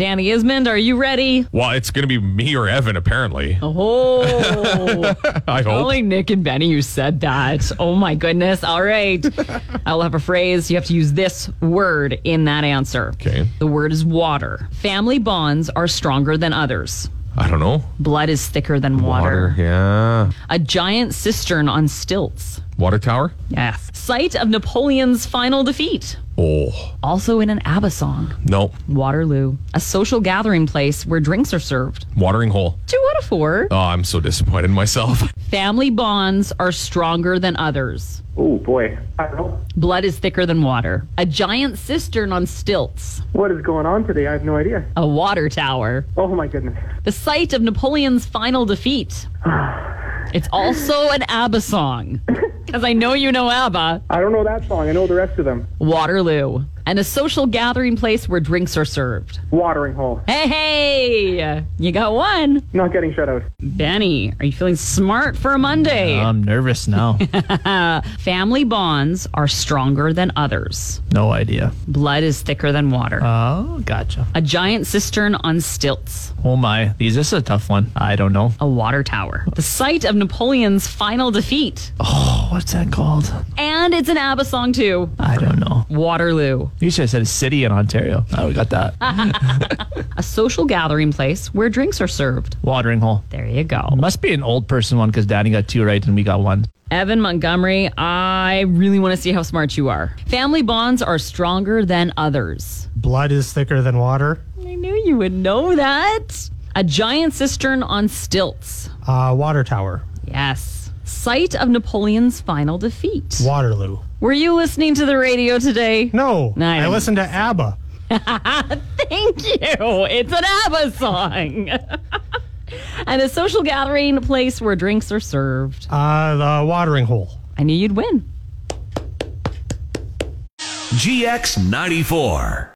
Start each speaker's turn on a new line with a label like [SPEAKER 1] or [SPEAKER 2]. [SPEAKER 1] Danny Ismond, are you ready?
[SPEAKER 2] Well, it's going to be me or Evan, apparently.
[SPEAKER 1] Oh,
[SPEAKER 2] I hope.
[SPEAKER 1] only Nick and Benny who said that. Oh my goodness. All right. I'll have a phrase. You have to use this word in that answer.
[SPEAKER 2] Okay.
[SPEAKER 1] The word is water. Family bonds are stronger than others.
[SPEAKER 2] I don't know.
[SPEAKER 1] Blood is thicker than water.
[SPEAKER 2] Yeah.
[SPEAKER 1] A giant cistern on stilts.
[SPEAKER 2] Water tower.
[SPEAKER 1] Yes. Site of Napoleon's final defeat.
[SPEAKER 2] Oh,
[SPEAKER 1] Also in an ABBA song.
[SPEAKER 2] no.
[SPEAKER 1] Waterloo. A social gathering place where drinks are served.
[SPEAKER 2] Watering hole.
[SPEAKER 1] Two out of four.
[SPEAKER 2] Oh, I'm so disappointed in myself.
[SPEAKER 1] Family bonds are stronger than others.
[SPEAKER 3] Oh boy, I don't know
[SPEAKER 1] Blood is thicker than water. A giant cistern on stilts.
[SPEAKER 3] what is going on today. I have no idea.
[SPEAKER 1] A water tower.
[SPEAKER 3] Oh my goodness.
[SPEAKER 1] The site of Napoleon's final defeat. It's also an ABBA song. Because I know you know ABBA.
[SPEAKER 3] I don't know that song. I know the rest of them.
[SPEAKER 1] Waterloo. And a social gathering place where drinks are served.
[SPEAKER 3] Watering hole.
[SPEAKER 1] Hey, hey! You got one.
[SPEAKER 3] Not getting shut out.
[SPEAKER 1] Benny, are you feeling smart for a Monday?
[SPEAKER 4] I'm nervous now.
[SPEAKER 1] Family bonds are stronger than others.
[SPEAKER 4] no idea.
[SPEAKER 1] Blood is thicker than water.
[SPEAKER 4] Oh, gotcha.
[SPEAKER 1] a giant cistern on stilts.
[SPEAKER 4] Oh my, these this is a tough one. I don't know.
[SPEAKER 1] A water tower. The site of Napoleon's final defeat.
[SPEAKER 4] Oh, what's that called?
[SPEAKER 1] And it's an ABBA song, too.
[SPEAKER 4] I don't know.
[SPEAKER 1] Waterloo.
[SPEAKER 4] You should have said a city in Ontario. Oh, we got that.
[SPEAKER 1] A social gathering place where drinks are served.
[SPEAKER 4] Watering hole.
[SPEAKER 1] There you go.
[SPEAKER 4] Must be an old person one because Danny got two right and we got one.
[SPEAKER 1] Evan Montgomery, I really want to see how smart you are. Family bonds are stronger than others.
[SPEAKER 5] Blood is thicker than water.
[SPEAKER 1] I knew you would know that. A giant cistern on stilts.
[SPEAKER 5] Uh, water tower.
[SPEAKER 1] Yes. Site of Napoleon's final defeat.
[SPEAKER 5] Waterloo.
[SPEAKER 1] Were you listening to the radio today?
[SPEAKER 5] No.
[SPEAKER 1] No, I
[SPEAKER 5] I
[SPEAKER 1] didn't.
[SPEAKER 5] listened to ABBA.
[SPEAKER 1] Thank you. It's an ABBA song. and a social gathering place where drinks are served.
[SPEAKER 5] Uh, the watering hole.
[SPEAKER 1] I knew you'd win.
[SPEAKER 6] GX94.